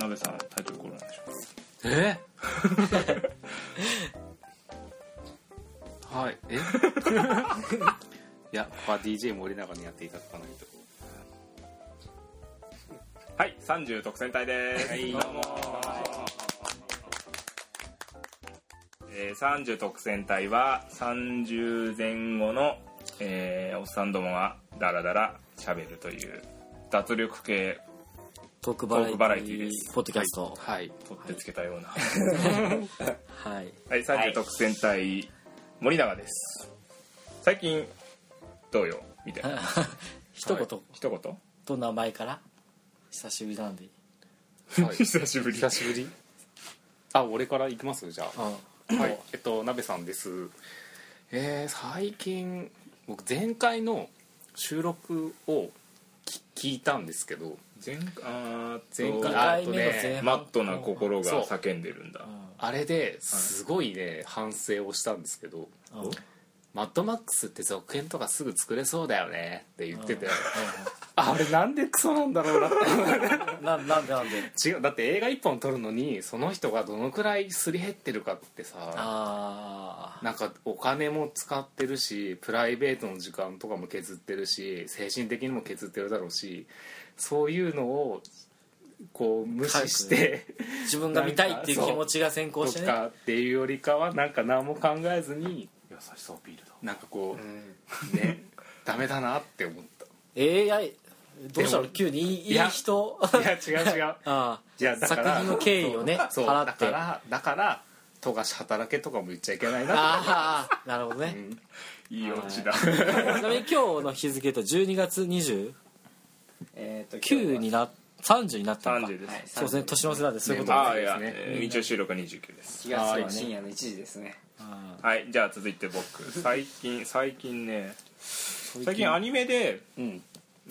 なべさんタイトルコールお願いしますえ はいえ いやここは DJ 森永にやっていただかないとはい30特選隊です、はい、どうもえー、30特選隊は30前後の、えーおっさんどもがダラダラしゃべるという脱力系トークバラエトーテクバラエティィですポッドキャストはい取ってつけたようなはいはい、30特選隊、森永です。最近、どうよみたいな。一言はい一言と名前から久しぶりなんでは い久しぶり。久しぶりあ俺から行きますじゃああはいえっと鍋さんですえー、最近僕前回の収録をき聞いたんですけど前あ前前回回、あとねマットな心が叫んでるんだ。あれですごいね反省をしたんですけどうんうん「マッドマックスって続編とかすぐ作れそうだよね」って言っててあれなんでクソなんだろうなって うんななんでなんで違うだって映画1本撮るのにその人がどのくらいすり減ってるかってさあなんかお金も使ってるしプライベートの時間とかも削ってるし精神的にも削ってるだろうしそういうのをこう無視してあ自分が見たいっていう気持ちが先行としてねかっていうよりかはなんか何も考えずに優しさアピールだ。なんかこうねダメだなって思っ AI どうしたの急にいいいいやい人たいや違う違 うあいやあだか作ら品の敬意をねそう払だってかあらだから富樫働けとかも言っちゃいけないなあーなるほどねいいオチだ。ちなみに今日の日付と12月29えー、とにな30になったのか30です。はいそうですね年の瀬なんでそういうことああ、でいや、そうですねえー一応収録は29です。気がするあー深夜の1時ですねすうんはい、じゃあ続いて僕。最近、最近ね、最近アニメで、うん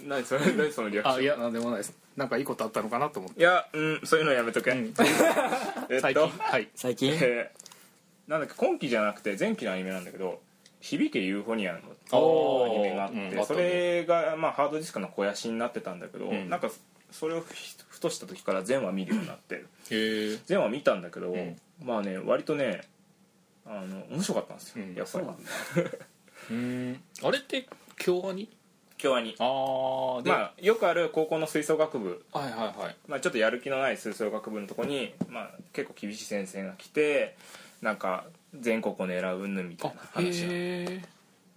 何それ、何そのリアクショあン。いやなんでもないですなんかいいことあったのかなと思っていや、うん、そういうのやめと け。えっ最近と、はい 最近えーなんだっけ今期じゃなくて前期のアニメなんだけど「響けユーフォニアム」おのアーニメがあって、うんそれが、まあ、ハードディスクの肥やしになってたんだけど、んなんかそれをひふとした時から全話見るようになってへえ全話見たんだけど、んまあね割とねあの面白かったんですよ、うんやっぱりうんあれって京アニ京アニあーで、まあよくある高校の吹奏楽部はいはいはいまあ、ちょっとやる気のない吹奏楽部のとこに、まあ、結構厳しい先生が来てなんか全国を狙ううんぬんみたいなへ話なんでえ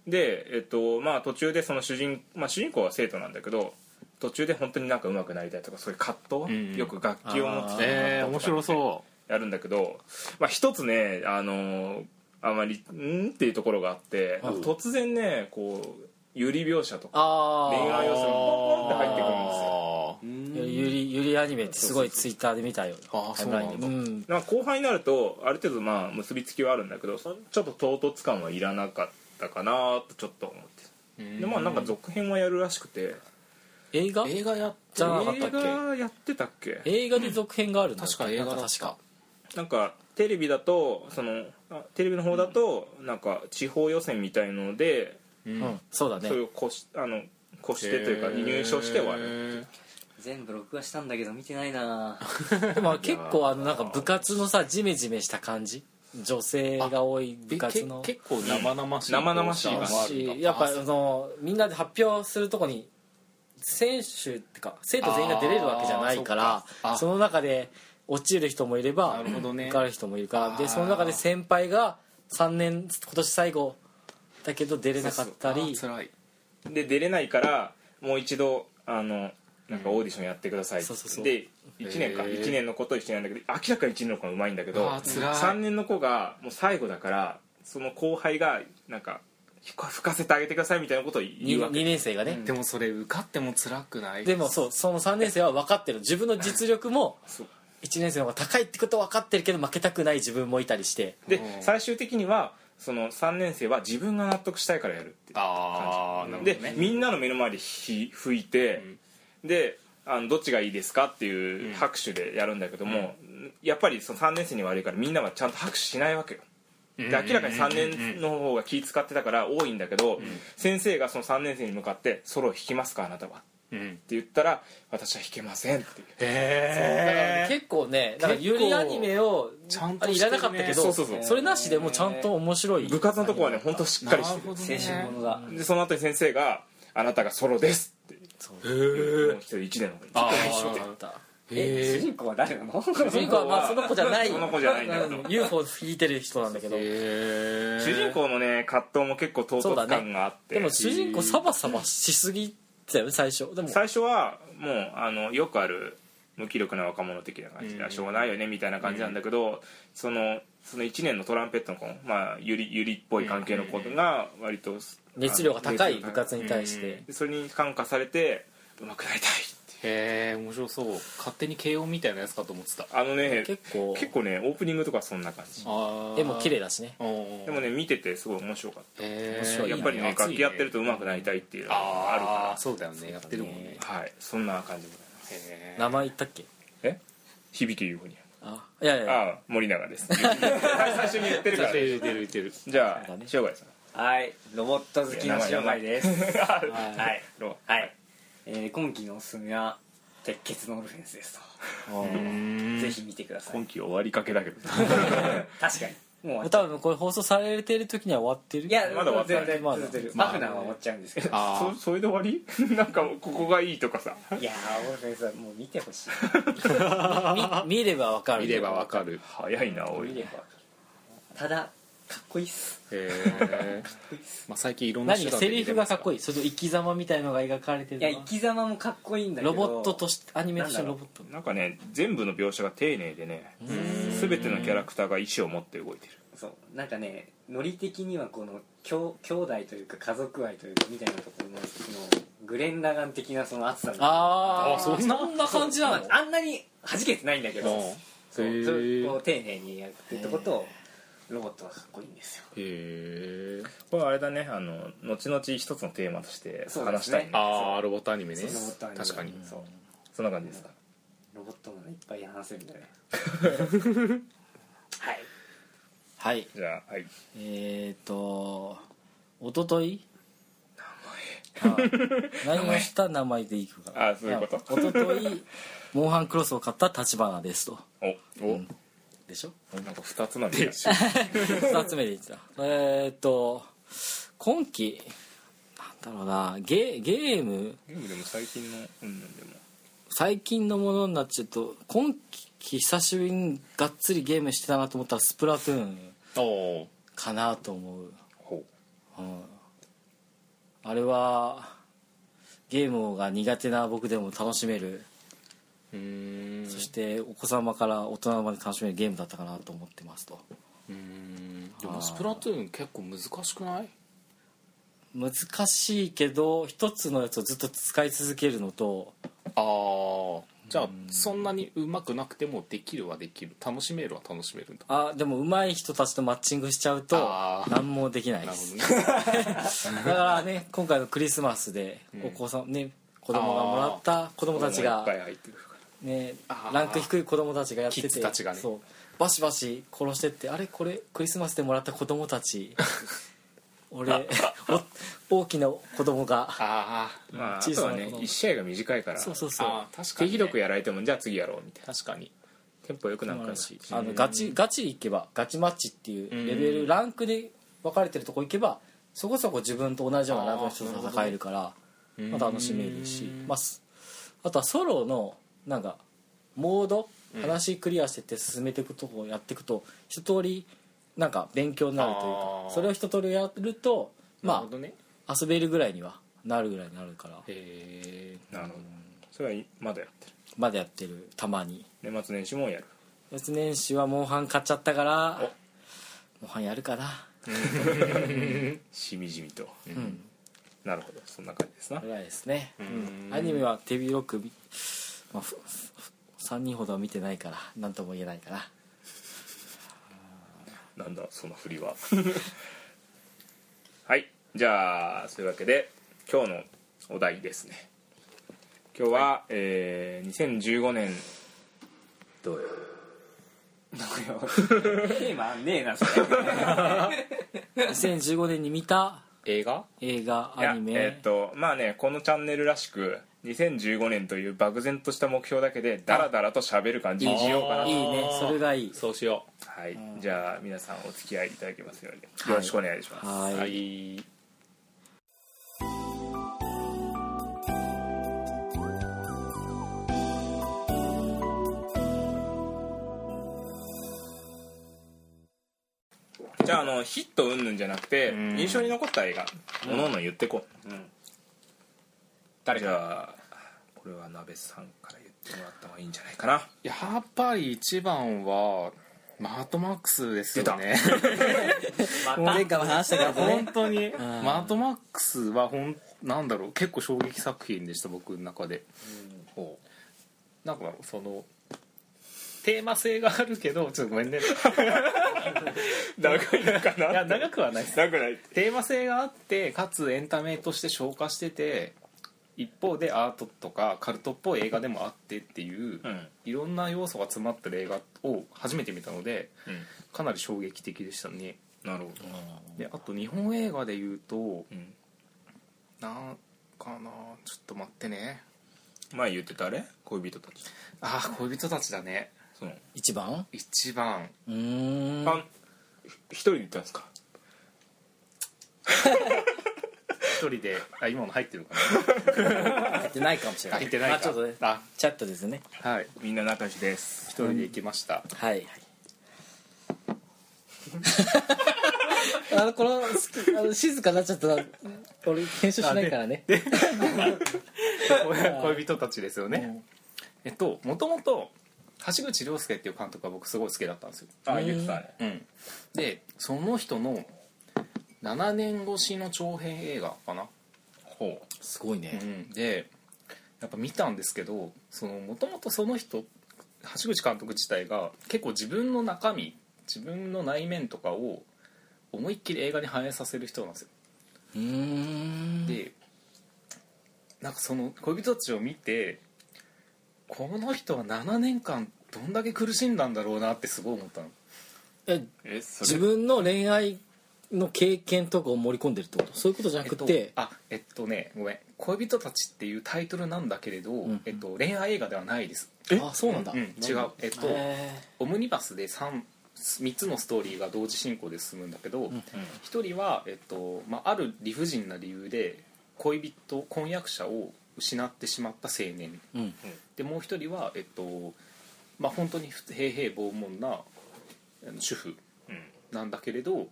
で、えっとまあ、途中でその主人,、まあ、主人公は生徒なんだけど途中で本当になんか上手くなりたいとかそういう葛藤、うんよく楽器を持つえー、面白うそやるんだけど、まあ、一つねあのーあまりんっていうところがあって、うん突然ねこう有利描写とかああ恋愛要素がポンポンって入ってくるんですよゆりゆりアニメってすごいツイッターで見たよあーそうなんだんなんか後半になるとある程度まあ結びつきはあるんだけどそのちょっと唐突感はいらなかったかなとちょっと思ってうんでまあなんか続編はやるらしくて映画映画やっじゃなかったっ映け画やってたっけ映画で続編があるんだっけ確か映画だなっんた確かなんかテレビだとそのあテレビの方だとなんか地方予選みたいのでうんうんそうだねそれをこしあの越してというか入賞して終わるる全部録画したんだけど見てないなぁまあ結構あのなんか部活のさジメジメした感じ女性が多い部で活のけ結構生々しい、うん生々しい感じもあるんだやっぱそのみんなで発表するとこに選手ってか生徒全員が出れるわけじゃないからあーそっかあその中で落ちる人もいればなるほどね受かる人もいるからあーでその中で先輩が3年今年最後だけど出れなかったりそうそうあー辛いで出れないからもう一度あのなんかオーディションやってくださいってそうそうそうで1年かへー1年の子と1年なんだけど明らかに1年の子がうまいんだけどあー辛い3年の子がもう最後だからその後輩がなんか吹か吹かせてあげてくださいみたいなことを言うわ 2, け年生がね、でもそれ受かっても辛くないでもそうその3年生は分かってる自分の実力もそう1年生の方が高いってことは分かってるけど負けたくない自分もいたりしてでうん最終的にはその3年生は自分が納得したいからやるってああなるほどでねみんなの目の前で火吹いて、であのどっちがいいですかっていう拍手でやるんだけども、やっぱりその3年生に悪いからみんなはちゃんと拍手しないわけよ。で明らかに3年の方が気使ってたから多いんだけど、先生がその3年生に向かって「ソロを弾きますかあなたは」っうん言ったら私は弾けませんっていうだからねへえ結構ねだからゆりアニメをちゃんとあれいしてらるねなかったけどそうそうそうれなしでもちゃんと面白い部活のとこはね本当しっかりしてる青春ものだでその後に先生が「あなたがソロです」ってそうもう一人一年の子にあ大丈夫だったえへ主人公は誰なの主人公はまあその子じゃないその子じゃないんだけどうん UFO 弾いてる人なんだけどえ主人公のね葛藤も結構唐そうだ突ね感があって、でも主人公サバサバしすぎたよね最初でも最初はもうあのよくある無気力な若者的な感じで、うんしょうがないよねみたいな感じなんだけど、そのその1年のトランペットの子まあゆりゆりっぽい関係の子が割と、熱量が高い部活にに対して、それに感化されてうまくなりたい ってへえ面白そう勝手に慶応みたいなやつかと思ってたあのね結構結構ねオープニングとかそんな感じあ絵も綺麗だだしねでもね見ててすごい面白かっ面面た白いやっぱりね楽器やってるとうまくなりたいっていうのがあるあかあそうだよねやってるもんねらはいそんな感じでございますへ名前言ったっけえ響き優子にあいやいやああ森永です最初に言ってるからえてるてるじゃあそうだね塩貝さんはいロボット好きの塩貝ですはいロはい、えー今期のおすすめは鉄血のオルフェンスですとぜひ見てください今期終わりかけだけど確かにもう終わっちゃ多分これ放送されてる時には終わってるういやまだ終わってない全然続いてるまだパフナーは終わっちゃうんですけどあそそれで終わり なんかここがいいとかさいやーオルフェンスはもう見てほしいみ見ればわかある見ればわかる早いなお見れいばただかっこいいっすへ えまあ最近いろんな何がセリフがかっこいいいいそれと生き様みたいのが描かれてるいのやは生き様もかっこいいんだけロどボットとしてアニメとしてのロボットなんかね全部の描写が丁寧でね全てのキャラクターが意思を持って動いてるそうなんかねノリ的にはこの兄兄弟というか家族愛というかみたいなところのグレン・ラガン的なその熱さみたいなあああそそんんなな感じなのまああんなに弾けてないんだけどそうへーそれを丁寧にやってってことをロボットはかっこいいんですよへえこれあれだねあの後々一つのテーマとしてそうで話しすたねいねそああロボットアニメねそうロボットアニメ確かにそうんな感じですかロボットもねいっぱい話せるんだね はいはいじゃあはいえっ、ー、と一昨日名前何をした名前でいくかあそういうことあ一昨日モンハンクロスを買った立花ですとおおでしょなんか二つなんだ 2つ目で言ってたえーっと今期なんだろうなゲゲームゲームでも最近のうんなんでも最近のものになっちゃうと今期久しぶりにがっつりゲームしてたなと思ったらスプラトゥーンおおかなと思う、ほうんあれはゲームが苦手な僕でも楽しめる、うーんそしてお子様から大人まで楽しめるゲームだったかなと思ってますとうんでもスプラトゥーン結構難しくない難しいけど一つのやつをずっと使い続けるのとああじゃあそんなにうまくなくてもできるはできる楽しめるは楽しめ るんだあでも上手い人たちとマッチングしちゃうとあー何もできないなでるほす、どねだからね今回のクリスマスでお子さん、ね子供がもらった子供うたちいっぱが、い入ってくるからねあ、ーランク低い子供たちがやっててキッズたちがねそうバシバシ殺してってあれこれクリスマスでもらった子供 たち俺お大きな子供があーまあ、あ小とさはなね子供1試合が短いからそうそうそうあー確か手に、ね、広くやられてもじゃあ次やろうみたい確かになテンポよくなんかやるしあのガチガチ行けばガチマッチっていうレベル、うんランクで分かれてるとこ行けばそこそこ自分と同じようなランクの人と戦えるからうんまあ楽しめるし、まあ、すあとはソロのなんかモード話クリアしてって進めていくとこをやっていくと一通りなんか勉強になるというあーかそれを一通りやるとなるまほどねあ遊べるぐらいにはなるぐらいになるからへえなるほどそれはいまだやってまだやってるたまにる年末年始もやる月年始はモンハン買っちゃったからモンハンやるかなしみじみと、うんなるほどそんな感じですなぐらいですね、んアニメは手広く、まあ、ふふ3人ほどは見てないから何とも言えないか ななんだその振りは はいじゃあそういうわけで今日のお題ですね今日は、えー、2015年どうよテーマねえなそれ2015年に見た映画映画いやアニメえーっとまあねこのチャンネルらしく2015年という漠然とした目標だけでダラダラと喋る感じにしようかなあいいねそれがいいそうしよはいんじゃあ皆さんお付き合いいただけますようにいよろしくお願いしますはうい、はいじゃああのヒットうんぬんじゃなくてん印象に残った映画おのおの言ってこう誰じゃあこれは鍋さんから言ってもらった方がいいんじゃないかなやっぱり一番はマッドマックスですよね前回も話したから本ね当にんマッドマックスはほんなんだろう結構衝撃作品でした僕の中で、ほうなんかそのテーマ性があるけどちょっとごめんね長いのかいなや長くはないです長くないテーマ性があってかつエンタメとして消化してて一方でアートとかカルトっぽい映画でもあってっていう、うんいろんな要素が詰まってる映画を初めて見たのでうんかなり衝撃的でしたねなるほどであと日本映画で言うとうんなんかなちょっと待ってね前言ってたあれ恋人たちああ恋人たちだねその一番一番うーんあん一人で行ったんですか一人であ今の入ってるか入ってないかもしれなない入ってないかまあ、ちょっとねあチャットですねはいみんな仲良しです一人で行きました、はいはい あのこの好きあの静かになっちゃったら俺編集しないからね恋人たちですよね、えっともともと橋口亮介っていう監督が僕すごい好きだったんですよ、あ言ってたねうん、でその人の7年越しの長編映画かな、ほすごいねうん、でやっぱ見たんですけどもともとその人橋口監督自体が結構自分の中身自分の内面とかを思いっきり映画に反映させる人なんですようーんでなんかその恋人たちを見てこの人は7年間どんだけ苦しんだんだろうなってすごい思ったのえうえそ自分の恋愛の経験とかを盛り込んでるってことそういうことじゃなくえってと、あえっとねごめん「恋人たち」っていうタイトルなんだけれど、んえっと、恋愛映画ではないですあそうなんだ、うん、違うえっとへオムニバスで 3, 3つのストーリーが同時進行で進むんだけど、一1人は、えっとまあ、ある理不尽な理由で恋人婚約者を失ってしまった青年ーうんでもう一人はえっとまあ本当にふ平々凡々なあの主婦うんなんだけれど、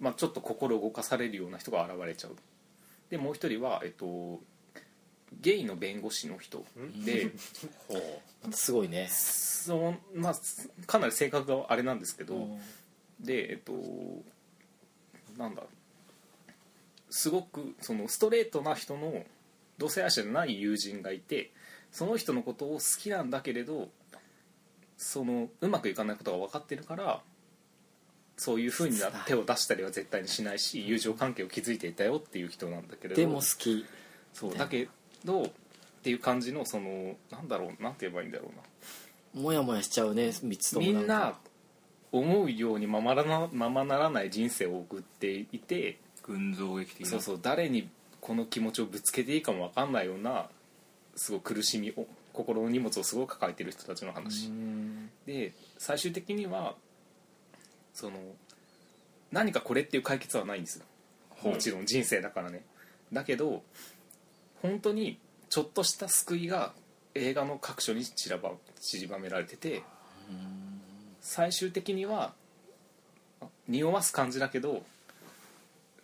まあ、ちょっと心動かされるような人が現れちゃうでもう一人は、えっと、ゲイの弁護士の人 ですごいねその、まあ、かなり性格があれなんですけど、うんでえっとなんだすごくそのストレートな人の同性愛者じゃない友人がいてその人のことを好きなんだけれどそのうまくいかないことが分かってるからそういうふうにな切ない手を出したりは絶対にしないし友情関係を築いていたよっていう人なんだけれどでも好きそうだけどっていう感じのそのなんだろうなんて言えばいいんだろうなモヤモヤしちゃうね三つともみんかな思うようにままらなままならない人生を送っていて群像劇的なそうそう誰にこの気持ちをぶつけていいかも分かんないようなすごい苦しみを心の荷物をすごい抱えてる人たちの話で最終的にはその何かこれっていう解決はないんですよもちろん人生だからねだけど本当にちょっとした救いが映画の各所に散らば散りばめられてて最終的にはあ匂わす感じだけど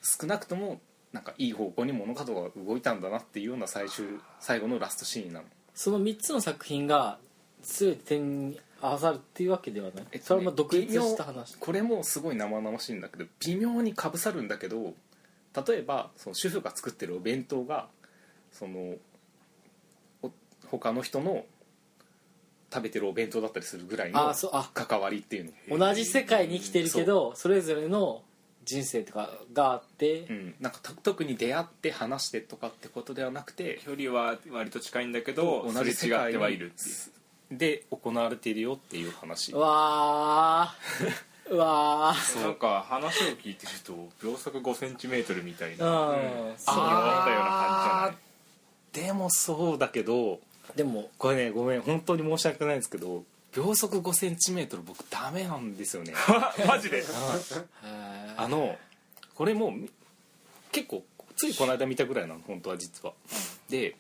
少なくともなんかいい方向に物事が動いたんだなっていうような最終最後のラストシーンなのその三つの作品が全て点に合わさるっていうわけではない、えっとねそれはまあ独立した話これもすごい生々しいんだけど微妙にかぶさるんだけど例えばその主婦が作ってるお弁当がそのお他の人の食べてるお弁当だったりするぐらいあのあそうあ関わりっていうの同じ世界に生きてるけどそれぞれの人生とかがあって、うん、なんかと特に出会って話してとかってことではなくて距離は割と近いんだけど同じす世れ違っ界てにはいるっていうで行われているよっていう話わ ーわーなんか話を聞いてると秒速5センチメートルみたいなうん、そうあー思ったような感じじゃないでもそうだけどでもこれねごめん本当に申し訳ないですけど秒速5センチメートル僕ダメなんですよねマジであのこれもう結構ついこの間見たぐらいなの本当は実はで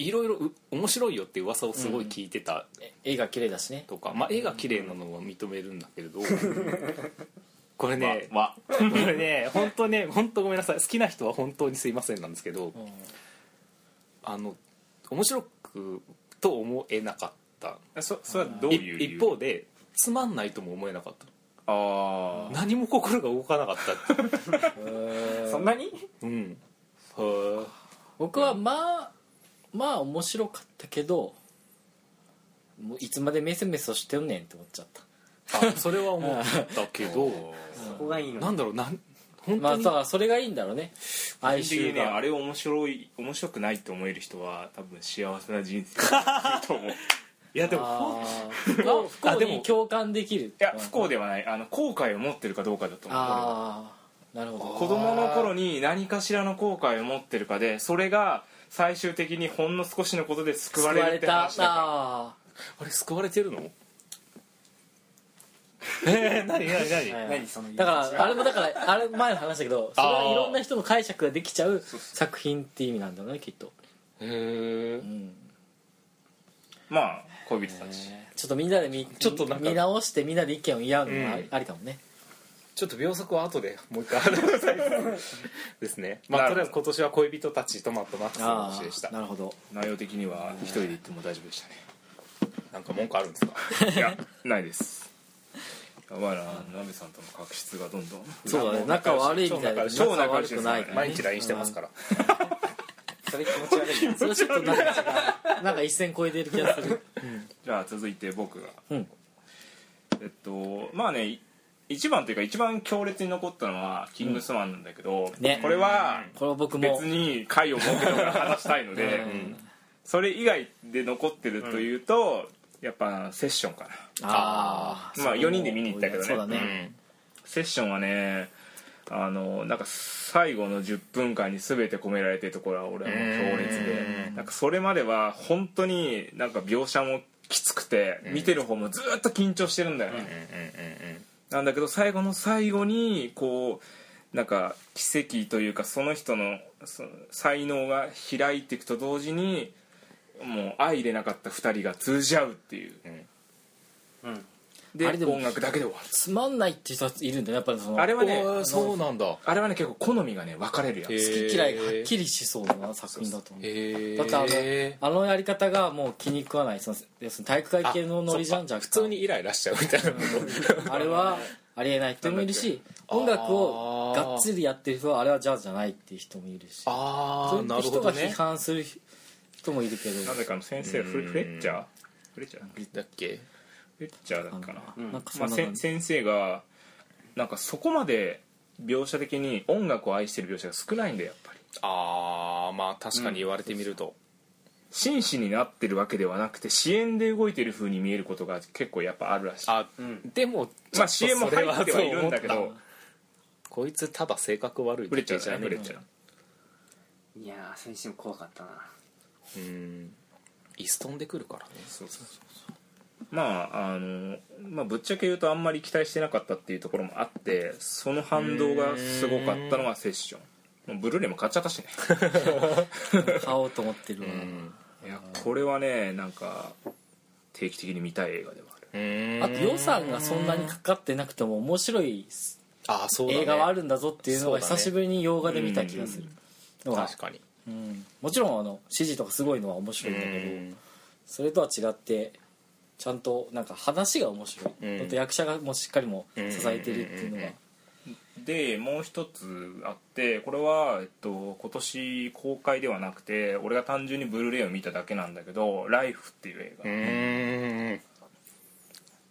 いろいろう面白いよって噂をすごい聞いてた絵が綺麗だしねとか、まあ絵が綺麗なのは認めるんだけれどこれね、わこれね本当ね本当ごめんなさい好きな人は本当にすいませんなんですけど、あの面白くと思えなかったそそれはどういう理由一方でつまんないとも思えなかったああ何も心が動かなかったってそんなにうんは僕はまあまあ面白かったけどもういつまでメソメソしてんねんって思っちゃったあそれは思ったけどそこがいいのなんだろうなん本ま当あに、だからそれがいいんだろうね最哀終的愁にねあがれを面白い面白くないって思える人は多分幸せな人生だと思ういやでもあー不幸不あで幸もに共感できるいいや不幸ではないあの後悔を持ってるかどうかだと思う俺はああなるほど子供の頃に何かしらの後悔を持ってるかでそれが最終的にほんの少しのことで救われるって話だかああれ救われてるのえー、何何何、ーはい何その言いだ方からあれもだからあれ前の話だけどそれあはーいろんな人の解釈ができちゃう作品って意味なんだろうねきっと、へえうん、らまあ恋人たちちょっとみんなでみちょっとなんか見直してみんなで意見を言い合うのもあうんありかもね、ちょっと秒速は後でもう一回話したいです ねまなあるほどとりあえず今年は恋人たちトマトマックスのあ話でしたあなるほど内容的には一人で行っても大丈夫でしたねなんか文句あるんですかいやないですやばいな鍋さんとの確執がどんどんそうだね仲悪いみたいな超仲良悪しくないですね毎日 LINE してますからそれ気持ち悪いなそれちょっとなんかなんか一線超えてる気がするじゃあ続いて僕がうんえっとまあねい一番というか一番強烈に残ったのは「キングスマン」なんだけど、ねこれはこれは僕も別に回を設けながら話したいので、うんそれ以外で残ってるというと、やっぱセッションかなあまあ4人で見に行ったけどねそうだうね、セッションはねあのなんか最後の10分間に全て込められてるところは俺はもう強烈でなんかそれまでは本当になんか描写もきつくて見てる方もずっと緊張してるんだよね、なんだけど最後の最後にこうなんか奇跡というかその人のその才能が開いていくと同時にもう相入れなかった2人が通じ合うっていう、うんであれでも音楽だけで終わるつまんないって人いるんだよやっぱりそのあれはねおーそうなんだあれはね結構好みがね分かれるやつ、へー好き嫌いがはっきりしそうな作品だと思うへえだってあのあのやり方がもう気に食わないその要するに体育会系のノリじゃんじゃん普通にイライラしちゃうみたいなことあれはありえない人もいるし音楽をがっつりやってる人はあれはジャズじゃないっていう人もいるし あそうーいなるうほ人どが批ね判する人もいるけどなんだかの先生フレうんフレッチャーフレッチャーだっけだっけフレッチャーだっけかなうんなんかそまあ、んなせ感んじ先生がなんかそこまで描写的に音楽を愛してる描写が少ないんだよやっぱりああまあ確かに言われてみると、真摯になってるわけではなくて支援で動いてる風に見えることが結構やっぱあるらしいあうんでもちょっとまあ CM もそれ入ってはいるんだけそう思どったこいつただ性格悪いブレちゃうじじゃゃんんブレちゃういやーそれにしても怖かったなうんイストンでくるからねそうそうそうまああの、まあ、ぶっちゃけ言うとあんまり期待してなかったっていうところもあってその反動がすごかったのがセッションもうブルーレイも買っちゃったしね買おうと思ってるわいやこれはねなんか定期的に見たい映画ではあるあと予算がそんなにかかってなくても面白いあーそうだね映画はあるんだぞっていうのがそうだね久しぶりに洋画で見た気がするのが確かにうんもちろんあの指示とかすごいのは面白いんだけどそれとは違ってちゃんとなんか話が面白ういんあと役者がもうしっかりも支えてるっていうのがでもう一つあってこれは、えっと、今年公開ではなくて俺が単純にブルーレイを見ただけなんだけど「ライフっていう映画、うん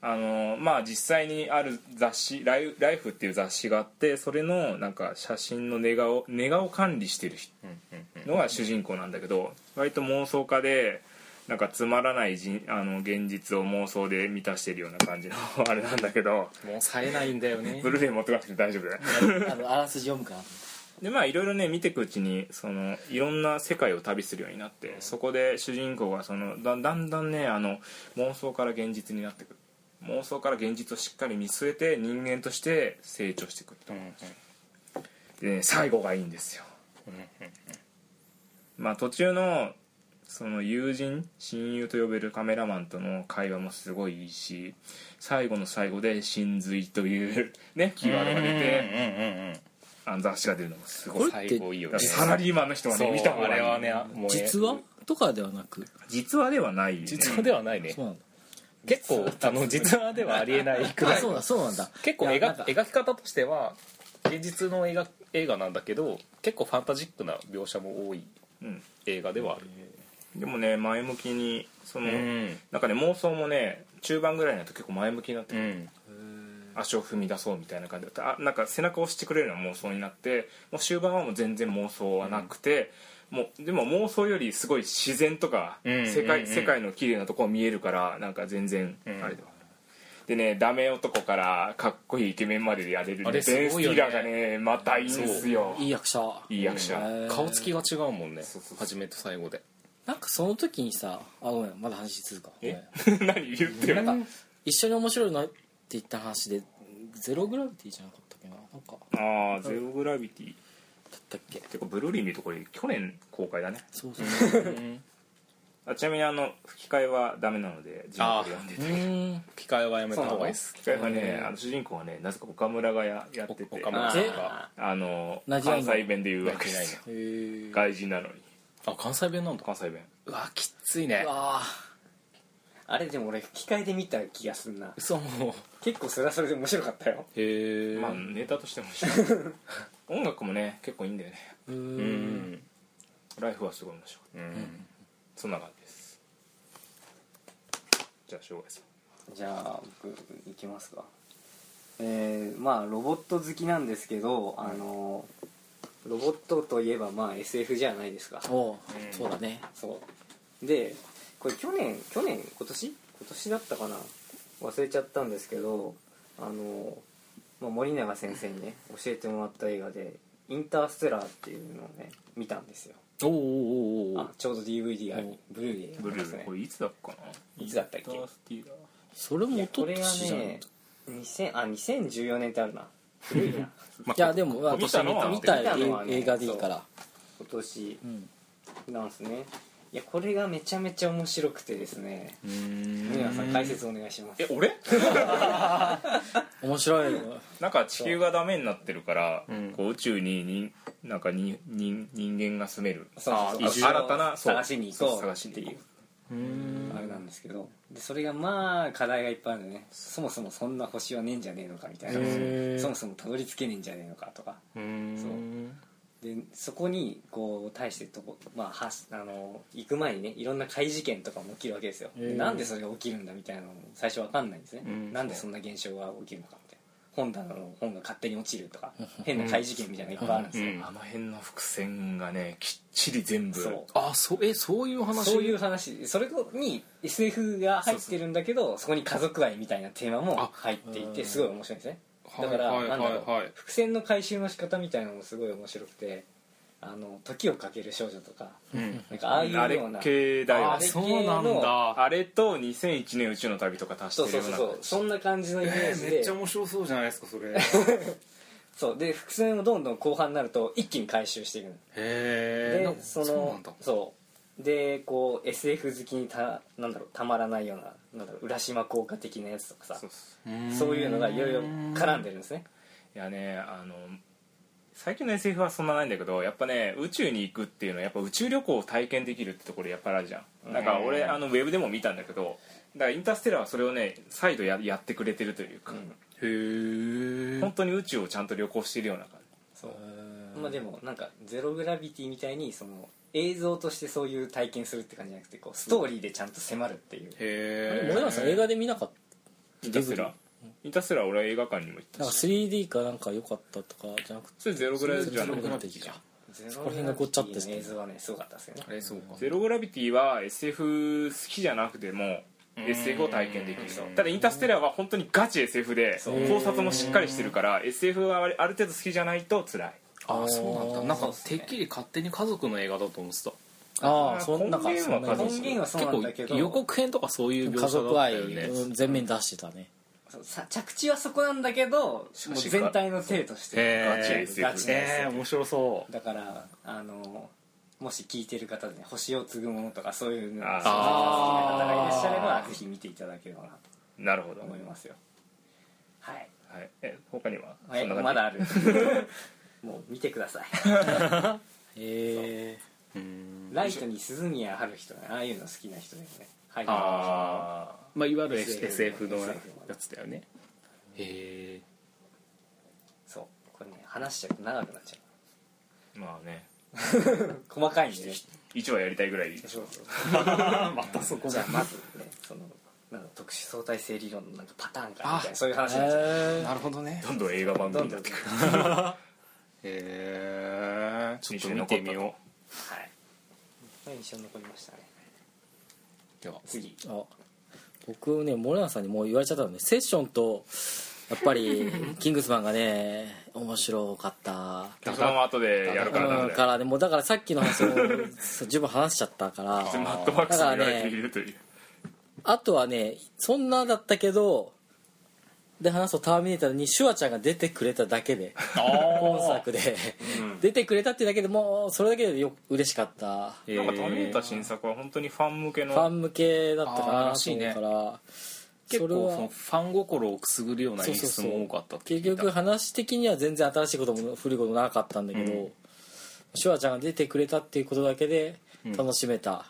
あのまあ実際にある雑誌「ライフライフっていう雑誌があってそれのなんか写真の寝顔寝顔管理してる人のが主人公なんだけど割と妄想家でなんかつまらない人あの現実を妄想で満たしてるような感じの あれなんだけどもう冴えないんだよ ね ブルーレイ持ってこなくて大丈夫だよ あのあらすじ読むから でまあいろいろね見ていくうちにそのいろんな世界を旅するようになってそこで主人公がそのだだんだんねあの妄想から現実になってくる妄想から現実をしっかり見据えて人間として成長していくうんうんでね、最後がいいんですよまあ途中のその友人親友と呼べるカメラマンとの会話もすごいいいし最後の最後で「真髄」というねキーワードが出てうんうんうんあの雑誌が出るのもすごいこれって最後いいよねサラリーマンの人はそねう見た方がいいあれはねもう実話とかではなく実話ではない、ね、実話ではないねそうなんだ結構あの実話ではありえないくあらいそうだそうなんだ結構いやな描んか描き方としては現実の映画映画なんだけど結構ファンタジックな描写も多いうん、映画ではあるでもね前向きにその、うんなんかね妄想もね中盤ぐらいになると結構前向きになってくるうん足を踏み出そうみたいな感じであなんか背中を押してくれるような妄想になってもう終盤はもう全然妄想はなくて、もうでも妄想よりすごい自然とか、うん世界うん世界の綺麗なとこ見えるからなんか全然あれだわ、でねダメ男からかっこいいイケメンまでやれるあねれすベン・スごテいよィねラーがねまたいいんすよいい役者いい役者、へー顔つきが違うもんねそうそうそう初めと最後でなんかその時にさあごめんまだ話続くかごめん 何言ってるなんか一緒に面白いなって言った話でゼログラビティじゃなかったっけななんかだああゼログラビティったっけ結構ブルーリー見るとこれ去年公開だねそうそうそうあちなみにあの吹き替えはダメなので字幕で読んでて うーん吹き替えはやめた方がいいです吹き替えはねあの主人公はねなぜか岡村がややってて岡村さんがああの馴染みない関西弁で言うわけですよへー外人なのにあ関西弁なんだ関西弁うわきついねうわあれでも俺吹き替えで見た気がすんな嘘も結構それはそれで面白かったようへえまあネタとしても面白い音楽もね結構いいんだよねーううーんんライフはすごい面白いうんそんな感じですじゃあ障害さんじゃあ僕行きますかえー、まあロボット好きなんですけどあのロボットといえばまあ SF じゃないですかおうそうだねそうでこれ去年去年今年今年だったかな忘れちゃったんですけどあの、まあ、森永先生にね教えてもらった映画で「インターステラー」っていうのをね見たんですよおーおーおーおあーちょうど DVD あおりブルーレイブありルますーねこれいつだっかないいつだったっけインタースティラーそれいもやおとこれとがしじゃんね2000あ2014年ってあるな古いなまあいやでもまあ今年のは見た見たのはね映画でいいから今年うんなんですねいやこれがめちゃめちゃ面白くてですね森永さん解説お願いしますえ俺面白いよなんか地球がダメになってるから、うんこう宇宙にになんかにに人間が住めるそうそうそうあ移住新たなそう探しに行こう探しに行こうっていうあれなんですけどでそれがまあ課題がいっぱいあるんでねそもそもそんな星はねえんじゃねえのかみたいへーなそもそもたどり着けねえんじゃねえのかとかうーんそうでそこにこう対してとこ、まあ、はしあの行く前にねいろんな怪事件とかも起きるわけですよへでーなんでそれが起きるんだみたいなのも最初わかんないんですね、んなんでそんな現象が起きるのかみたいな本棚の本が勝手に落ちるとか変な怪事件みたいなのいっぱいあるんですよ、うんあの辺の伏線がねきっちり全部そうあそうえそういう話そういう話それに SF が入ってるんだけどそこに家族愛みたいなテーマも入っていてすごい面白いんですねだから、はいはいはいなんだろはうい伏線の回収の仕方みたいなのもすごい面白くてあの時をかける少女とか、うんなんかああいうようなあれ系だよあれね系そのうなんだあれと2001年宇宙の旅とか足そうしてそうるそようなうそうそんな感じのイメージで、面白そうじゃないですかそれ へそうで伏線をどんどん後半になると一気に回収していくのえでそのうなんだそうでこう SF 好きにたなんだろうたまらないようななんだろう浦島効果的なやつとかさそうそうそういうのがいろいろ絡んでるんですねいやねあの最近の SF はそんなないんだけどやっぱね宇宙に行くっていうのはやっぱ宇宙旅行を体験できるってところやっぱりあるじゃんなんか俺あのウェブでも見たんだけどだからインターステラーはそれをね再度ややってくれてるというか、へえ本当に宇宙をちゃんと旅行しているような感じそうまあでもなんかゼログラビティみたいにその映像としてそういう体験するって感じじゃなくてこうストーリーでちゃんと迫るっていうへえ森永さん映画で見なかったインターステラーインターステラー俺は映画館にも行ったなんか 3D かなんか良かったとかじゃなくてそれゼロぐらいじゃゼなロいグラビティじゃんゼロこら辺がごっちゃってしての映像はねすごかったですよねあれそうかゼログラビティは SF 好きじゃなくても SF を体験できるただインターステラーは本当にガチ SF で考察もしっかりしてるから SF はある程度好きじゃないと辛いああそうなんだなんあかーてっきり勝手に家族の映画だと思ってたあーそんなんか根そん源なは家族根源はそう結なんだけど構予告編とかそういう家描写だっ族た愛よねを全面に出してたねそうさ着地はそこなんだけどもう全体の体として、えガチ SF ガチな SF えー面白そうだからあのもし聞いてる方で、ね、星を継ぐものとかそういうのが好きなあ方がいらっしゃればぜひ見ていただければななるほどと思いますよはい、はいえ他にははい、そんな感じまだある もう見てくださいへえうんライトに鈴宮春人ねああいうの好きな人ですねはいああまあいわゆる SF SF のや SF つだよねへえそうこれね話しちゃうと長くなっちゃまあねう細かいんでね一話やりたいぐらいそうそうまたそこじゃあまずねそのなんか特殊相対性理論のなんかパターンからみたいあなそういう話になっちゃうーるほどねどんどん映画版どどんんどどんんねへえちょっと見てみよはいこれ印象に残りましたねうでは次あ僕ね森永さんにもう言われちゃったのでセッションとやっぱりキングスマンがね面白かったそのまま後でやるからダうんメだかよらねもうだからさっきの話をそう十分話しちゃったからマットマックスに言われているというあとはねそんなだったけどで話すと「ターミネーター」にシュワちゃんが出てくれただけで今作で、出てくれたってだけでもうそれだけでよ嬉しかったえなんかターミネーター新作は本当にファン向けのファン向けだったかあーならしとい思ねうから結それ構はそのファン心をくすぐるような演出も多かったって聞結いた局話的には全然新しいことも古いこともなかったんだけど、シュワちゃんが出てくれたっていうことだけで楽しめ た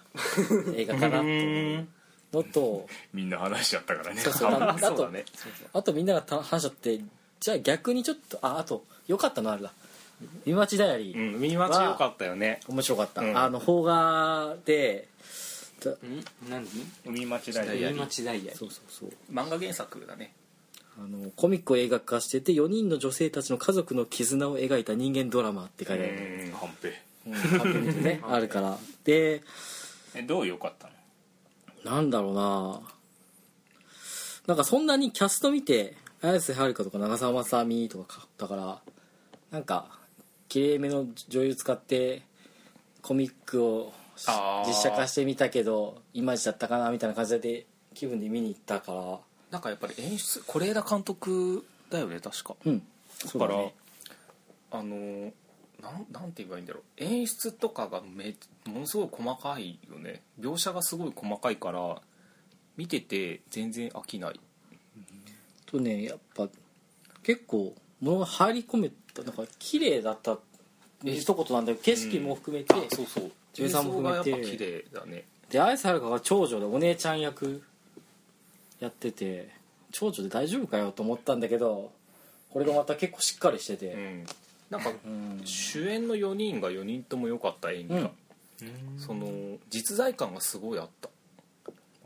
映画かなと思うのとみんな話しちゃったからねそうそうだだそうとだねあとみんながた話しちゃってじゃあ逆にちょっとああとよかったのあれだ「見待ちダイアリー」うん見待ちよかったよね面白かった、うんあの邦画でん何 海町大ダイアリー海町ダイヤそうそうそう漫画原作だねあのコミックを映画化してて4人の女性たちの家族の絆を描いた人間ドラマって書いてある、半平うん ね、あるからでえどう良かったのなんだろうななんかそんなにキャスト見て綾瀬はるかとか長澤まさみとかかだからなんかきれいめの女優使ってコミックをしあー実写化してみたけどいまいちだったかなみたいな感じで気分で見に行ったからなんかやっぱり演出是枝監督だよね確かうんそうだだからねあのなんなんて言えばいいんだろう演出とかがめものすごい細かいよね描写がすごい細かいから見てて全然飽きないとねやっぱ結構物が入り込めたなんか綺麗だった一言なんだけど景色も含めて、そうそう女優さんも含めて映像がやっぱ綺麗だねで綾瀬はるかが長女でお姉ちゃん役やってて長女で大丈夫かよと思ったんだけどこれがまた結構しっかりしてうて、んなんかうん主演の4人が4人とも良かった演技が、その実在感がすごいあった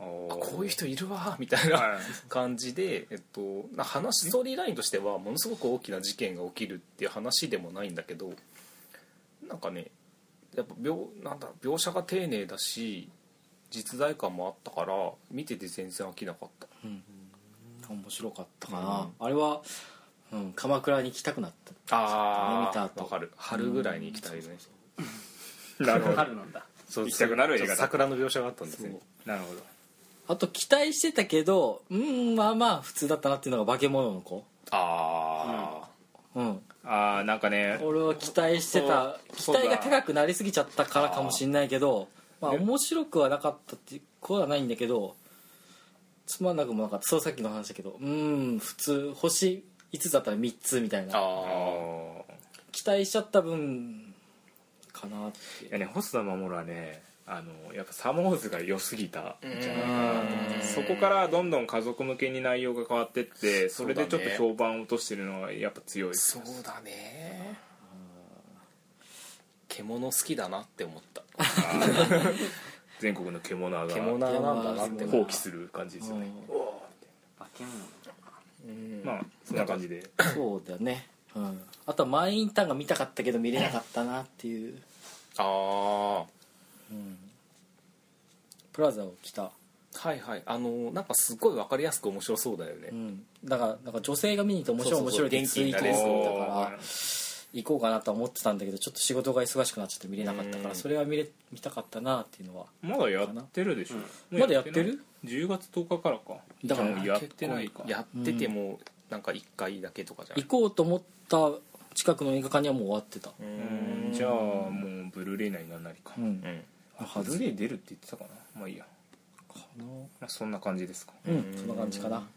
あこういう人いるわみたいなはい感じで、えっと、な話ストーリーラインとしてはものすごく大きな事件が起きるっていう話でもないんだけどなんかねやっぱ描なんだ描写が丁寧だし実在感もあったから見てて全然飽きなかった面白かったかな、あれは、うん、鎌倉に行きたくなったあ見た後わかる春ぐらいに行きたいねなるほど春なんだそう行きたくなる映画だちょっと桜の描写があったんですねなるほどあと期待してたけどうんまあまあ普通だったなっていうのが化け物の子ああ、うんああなんかね俺は期待してた期そうだ待が高くなりすぎちゃったからかもしれないけどまあ面白くはなかったってことはないんだけどつまんなくもなかったそうさっきの話だけどうーん普通星5つだったら3つみたいなああー期待しちゃった分かなって いやね細田守はねあのやっぱサモーズが良すぎたんじゃないかなと思ってうんそこからどんどん家族向けに内容が変わってってそれでちょっと評判を落としてるのがやっぱ強いですそうだね獣好きだなって思った全国の獣が獣なんだなって放棄する感じですよね化け物うんまあそんな感じでそうだねうんあとは満員ターンが見たかったけど見れなかったなっていうあプラザを着たあはいはいあのなんかすごい分かりやすく面白そうだよねう、んだからなんか女性が見に行って面白い面白いってそうそツイうそう元ート気になれをそ見うたから行こうかなとは思ってたんだけどちょっと仕事が忙しくなっちゃって見れなかったからうんそれは見れ見たかったなっていうのはまだやってるでしょ、まだやってる10月10日からかだからもうやってないかやっててもなんか1回だけとかじゃな行いこうと思った近くの映画館にはもう終わってたううんじゃあもうブルーレイなりなんなりか、うんうんあブルーレイ出るって言ってたかなまあいいやまあそんな感じですかうんそんな感じかななじ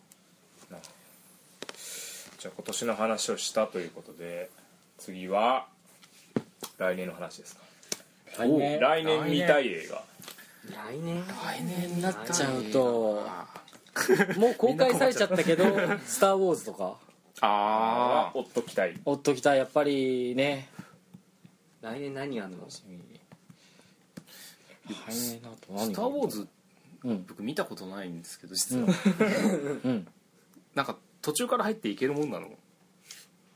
ゃあ今年の話をしたということで次は来年の話ですか来年来年見たい映画来年来年になっなっちゃうともう公開されちゃったけど「スター・ウォーズ」とかああおっときたいおっときたいやっぱりね来年何やんの来年だと「スター・ウォーズ」うん僕見たことないんですけど実は、うんなんか途中から入っていけるもんなの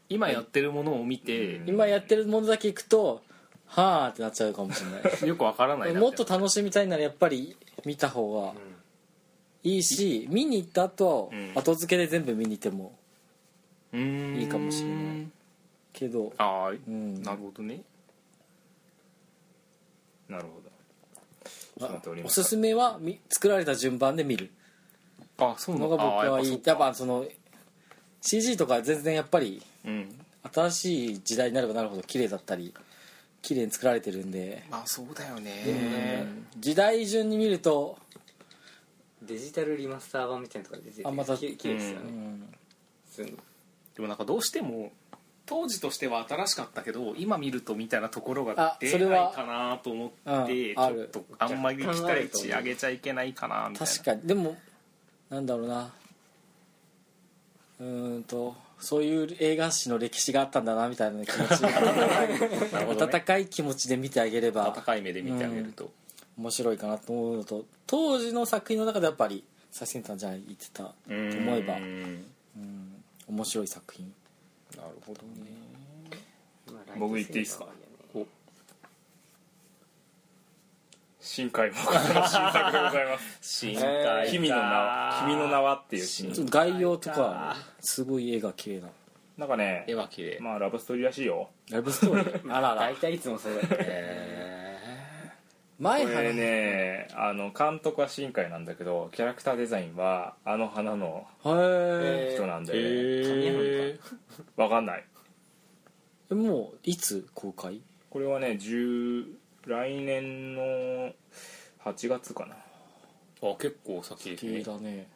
今やってるものを見て、今やってるものだけ行くとはあってなっちゃうかもしれないよくわからないなもっと楽しみたいならやっぱり見た方がいいし見に行った後、うん後付けで全部見に行ってもいいいかもしれないけどああ、うんなるほどねなるほど決まっておりおますすすめはみ作られた順番で見るあそうなのんだが僕あーはいいそやうっかぱその CG とか全然やっぱりうん新しい時代になればなるほど綺麗だったり綺麗に作られてるんで、まあそうだよね時代順に見るとデジタルリマスター版みたいなのとか出ててあまたき綺麗ですようねん普通にでもなんかどうしても当時としては新しかったけど今見るとみたいなところがあ出それないはかなと思って、うんちあょっるとあんまり期待値上げちゃいけないかなみたいな確かにでもなんだろうなうーんとそういう映画史の歴史があったんだなみたいな 気持ちなるほどね温かい気持ちで見てあげれば高い目で見てあげると、面白いかなと思うのと当時の作品の中でやっぱり最先端じゃない言ってたと思えばうん面白い作品なるほどねまあ僕言っていいっすかライトセーバーやねお新海誠の新作でございます 深「君の名は君の名は」っていうシちーょっンと概要とかすごい絵が綺麗ななんかね絵は綺麗、まあラブストーリーらしいよラブストーリ ーあらあら大体いつもそうだよね前こ原れねあの監督は新海なんだけどキャラクターデザインはあの花のへ人なんへでえわかんないえもういつ公開これはね10来年の8月かなあ結構先です系ねだね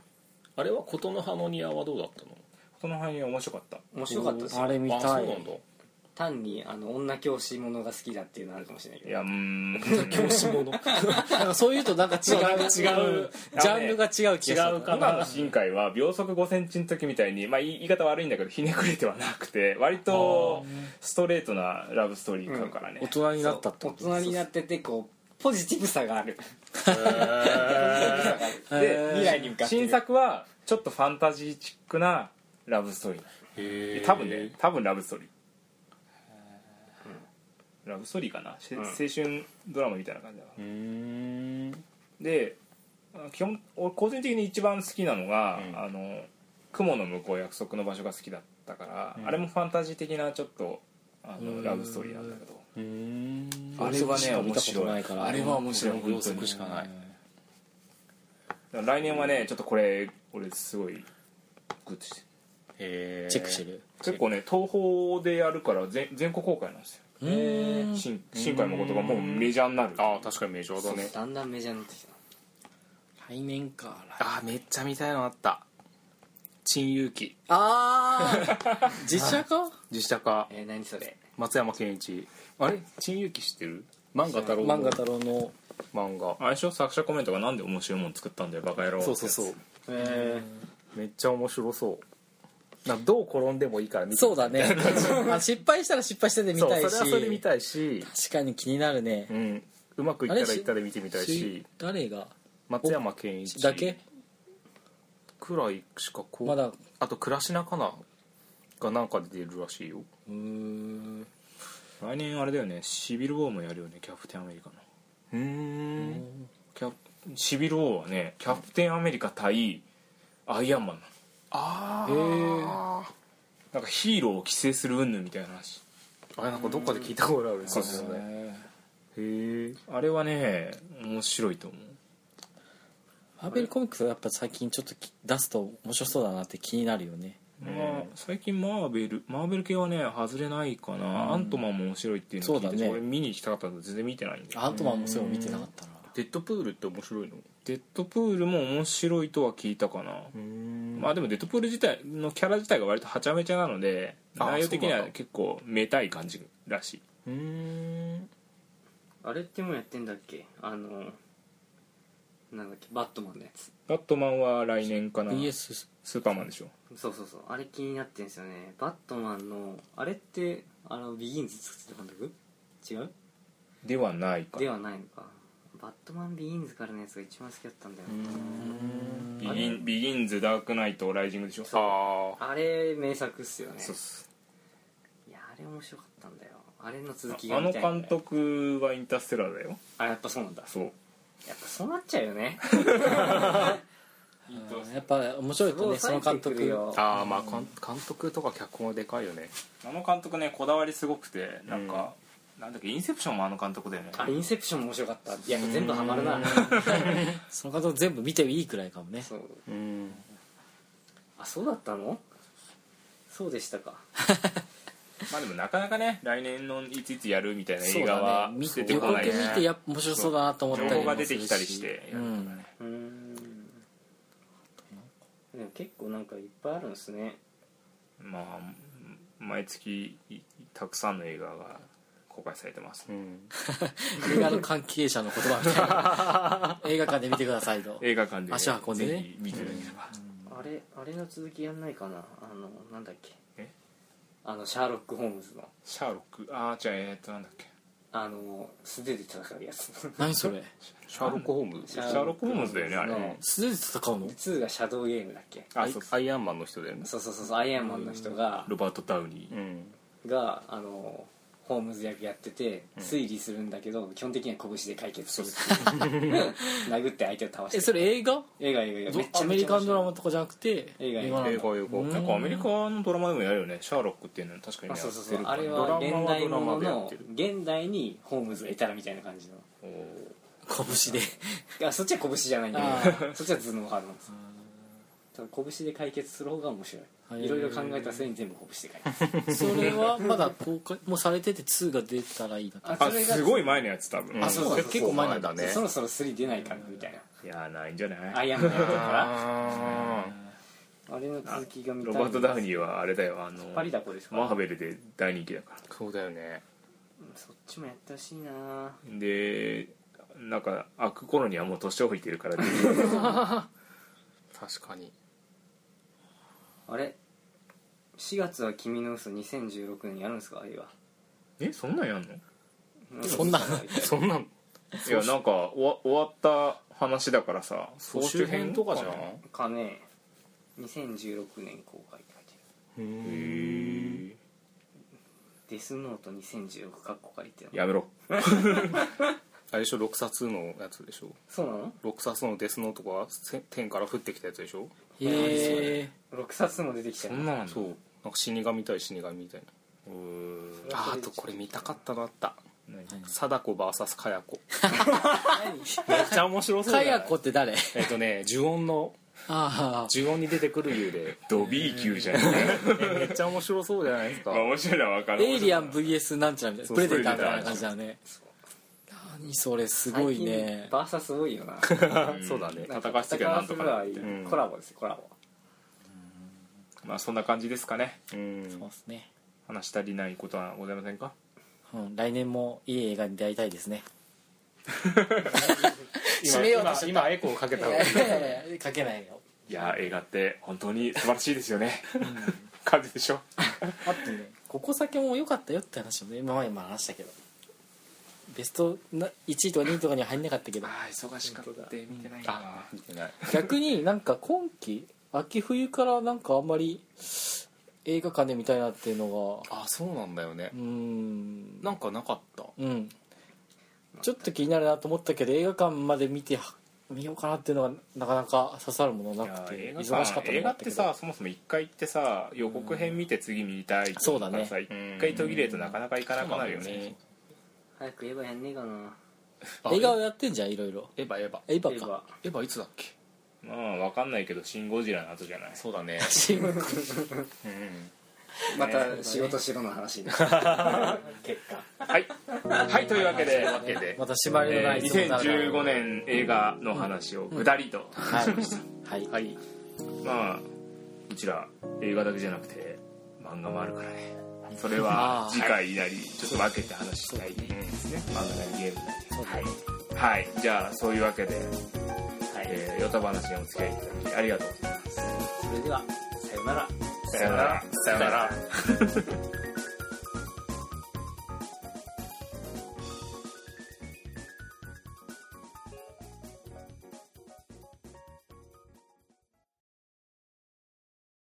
あれは琴の葉の庭はどうだったのこの範囲は面白かった面白かったですあよれ見あそたういなんだ単にあの女教師ものが好きだっていうのあるかもしれないいけやうーん 教師ものなんかそういうとなんか違う違うジャンルが違う気がする違う か今の新海は秒速5センチの時みたいに、まあ、言い言い方悪いんだけどひねくれてはなくて割とストレートなラブストーリー感からね、大人になったってど大こと人になっててこうポジティブさがある で未来に向かってる新作はちょっとファンタジーチックなラブストーリーへえ多分ね多分ラブストーリー、うんラブストーリーかな、し青春ドラマみたいな感じだなうーんであ基本俺個人的に一番好きなのが、うんあの雲の向こう約束の場所が好きだったから、あれもファンタジー的なちょっとあのラブストーリーなんだけどうーんあれはしねか見面たこと白ないいからあれは面白い俺本も当に秒速しかだないから来年はねちょっとこれ俺すごいグッとしてるへえチェックしてる結構ね東宝でやるから全全国公開なんですようーん新新海誠がもうメジャーになるああ確かに名称だねだんだんメジャーになってきた背面かああめっちゃ見たいのあった陳勇気あ あ実写か実写化えー、何それ松山ケンイチあれ陳勇気知ってる漫画太郎の漫画太郎の漫画あれでしょ作者コメントがなんで面白いもん作ったんだよバカ野郎そうそうそうえめっちゃ面白そうなんかどう転んでもいいから見てそうだ ねあ失敗したら失敗してで見そうたそれいはしそれで見たいし確かに気になるねうんうまくいったらいったで見てみたいしし誰が松山ケンイチだけくらいしかこうまだあと倉科かながなんかで出るらしいようーん来年あれだよねシビル・ウォーもやるよねキャプテンアメリカのうーんキャシビル・ウォーはねキャプテンアメリカ対アイアンマンなのあーなんかヒーローを規制する云々みたいな話ああれなんかどっかで聞いたことあるそうですねねへえあれはね面白いと思うマーベルコミックスはやっぱ最近ちょっとき出すと面白そうだなって気になるよねまあ、最近マーベルマーベル系はね外れないかな、アントマンも面白いっていうのを聞いそてうだね俺見に行きたかったんだけど全然見てないんでアントマンもそういうの見てなかったなデッドプールって面白いのデッドプールも面白いとは聞いたかなまあでもデッドプール自体のキャラ自体が割とはちゃめちゃなのであ内容的にそうはなんだ結構めたい感じらしいうんあれってもうやってんだっけあのなんだっけバットマンのやつバットマンは来年かな VS スーパーマンでしょそうそうそうあれ気になってんですよねバットマンのあれってあのビギンズ作ってた監督違うではないかではないのかバットマンビギンズからのやつが一番好きだったんだよビギンビギンズダークナイトライジングでしょああなあれ名作っすよねそうっすいやあれ面白かったんだよあれの続きあがの見たいんだよ監督がインターステラーだよあやっぱそうなんだそうやっぱそうなっちゃうよねうんやっぱ面白いとね その監督ああまあ監監督とか脚本はでかいよねあの監督ねこだわりすごくてなんか、なんだっけインセプションもあの監督だよねあインセプションも面白かったいや全部ハマる なその監督全部見ていいくらいかもねそううんあそうだったのそうでしたかまあでもなかなかね来年のいついつやるみたいな映画だはね見出てて予こ告な見いねてやっぱ面白そうだなと思ったりもするし情報が出てきたりしてうんうーんでも結構なんかいっぱいあるんですねまあ毎月いたくさんの映画が公開されてます、うん映画の関係者の言葉みたいな 映画館で見てくださいと映画館で足運んでねぜひ見ていただければ、あれあれの続きやんないかなあのなんだっけえあのシャーロック・ホームズのシャーロックああじゃあえっとなんだっけあの素手で戦うやつ 何それシャーロック・ホームズシャーロック・ホームズだよねあれ、うん素手で戦うの2がシャドウゲームだっけあそうアイアンマンの人だよねそうそうそうそうアイアンマンの人がロバート・ダウニー、うんがあのホームズ役やってて推理するんだけど、基本的には拳で解決するっていう 殴って相手を倒してえそれ映画映画映画映画めっちゃアメリカンドラママとかじゃなくて映画映画なん英だ語英語なんかアメリカのドラマでもやるよねシャーロックっていうの確かにあねそうそうそうやってあるれからはドラ現マは代もドのラマでやっのてる現代にホームズがいたらみたいな感じの拳でいやそっちは拳じゃないんだあけ どそっちは頭脳派なんですただ拳で解決する方が面白へいーいろいろ考えた末に全部拳で解決それはまだ公開もうされてて2が出たらいいなとあすごい前のやつ多分、あそうなんだ結構前なんだねそろそろ3出ないかなみたいないやーないんじゃないアイアンマンやってるかあらあれの続きが見たロいバート・ダウーニーはあれだよあのパリダコですかマーベルで大人気だかあそうだよねうんそっちもやってほしいならでなんか開く頃にはもう年老いてるからできる確かにあれ4月は君の嘘2016年やるんですかあれはえそんなんやんのいそんなそんなんやなんか終わ終わった話だからさ総集編とかじゃんかね2016年公開ってへ書いてあるデスノート2016かっこ借りってえややめろあれでしょ6冊のやつでしょそうなの6冊のデスノートがせ天から降ってきたやつでしょへえ6冊も出てきちゃそうんなんそうなんか死神みたい死神みたいなあーあとこれ見たかったのあった貞子 VS かや子めっちゃ面白そうかだよやこって誰えっとね呪音のああ呪音に出てくる幽霊ドビー級じゃないえめっちゃ面白そうじゃないです かまあ面白いのは分かるエイリアン VS なんちゃらみたいなそうプレデターみたいな感じだね何それすごい最ね近バーサス多いよなそうだねなん戦わせてくれなんとか戦わせってくれうんコラボですよコラボまあそんな感じですかねうんそうですね話し足りないことはございませんかうん来年もいい映画に出会いたいです ね今締めようと今しちゃった今エコーかけ たわかけないよいや映画って本当に素晴らしいですよね感じでしょあとねここ先も良かったよって話もね今までも話したけどベストな1位とか2位とかには入んなかったけどあ忙しかった見てないあ見てない逆になんか今季秋冬からなんかあんまり映画館で見たいなっていうのがあそうなんだよねうーんなんかなかったうんちょっと気になるなと思ったけど映画館まで見ては見ようかなっていうのがなかなか刺さるものいなやくて映忙画しかさったのも映画あっけてどさそもそも一回行ってさ予告編見て次見たいと思ったらさう一回途切れるとなかなか行かなくなるよね早く言えばやんねえかな映画をやってんじゃんいろいろエヴァエヴァエヴ言ァえかばエヴァいつだっけまあわかんないけど「シン・ゴジラ」の後じゃないそうだねうんまた仕事しろの話になる結果はいはいというわけで また縛りのないえー2015年映画の話をぐだりとはいはい、はいまあうちら映画だけじゃなくて漫画もあるからねそれは次回なりちょっと分けて話したいですね漫画なりゲームなりはい、はい、じゃあそういうわけで、えー、ヨタ話にお付き合いいただきありがとうございますそれではさよならさよならさよなら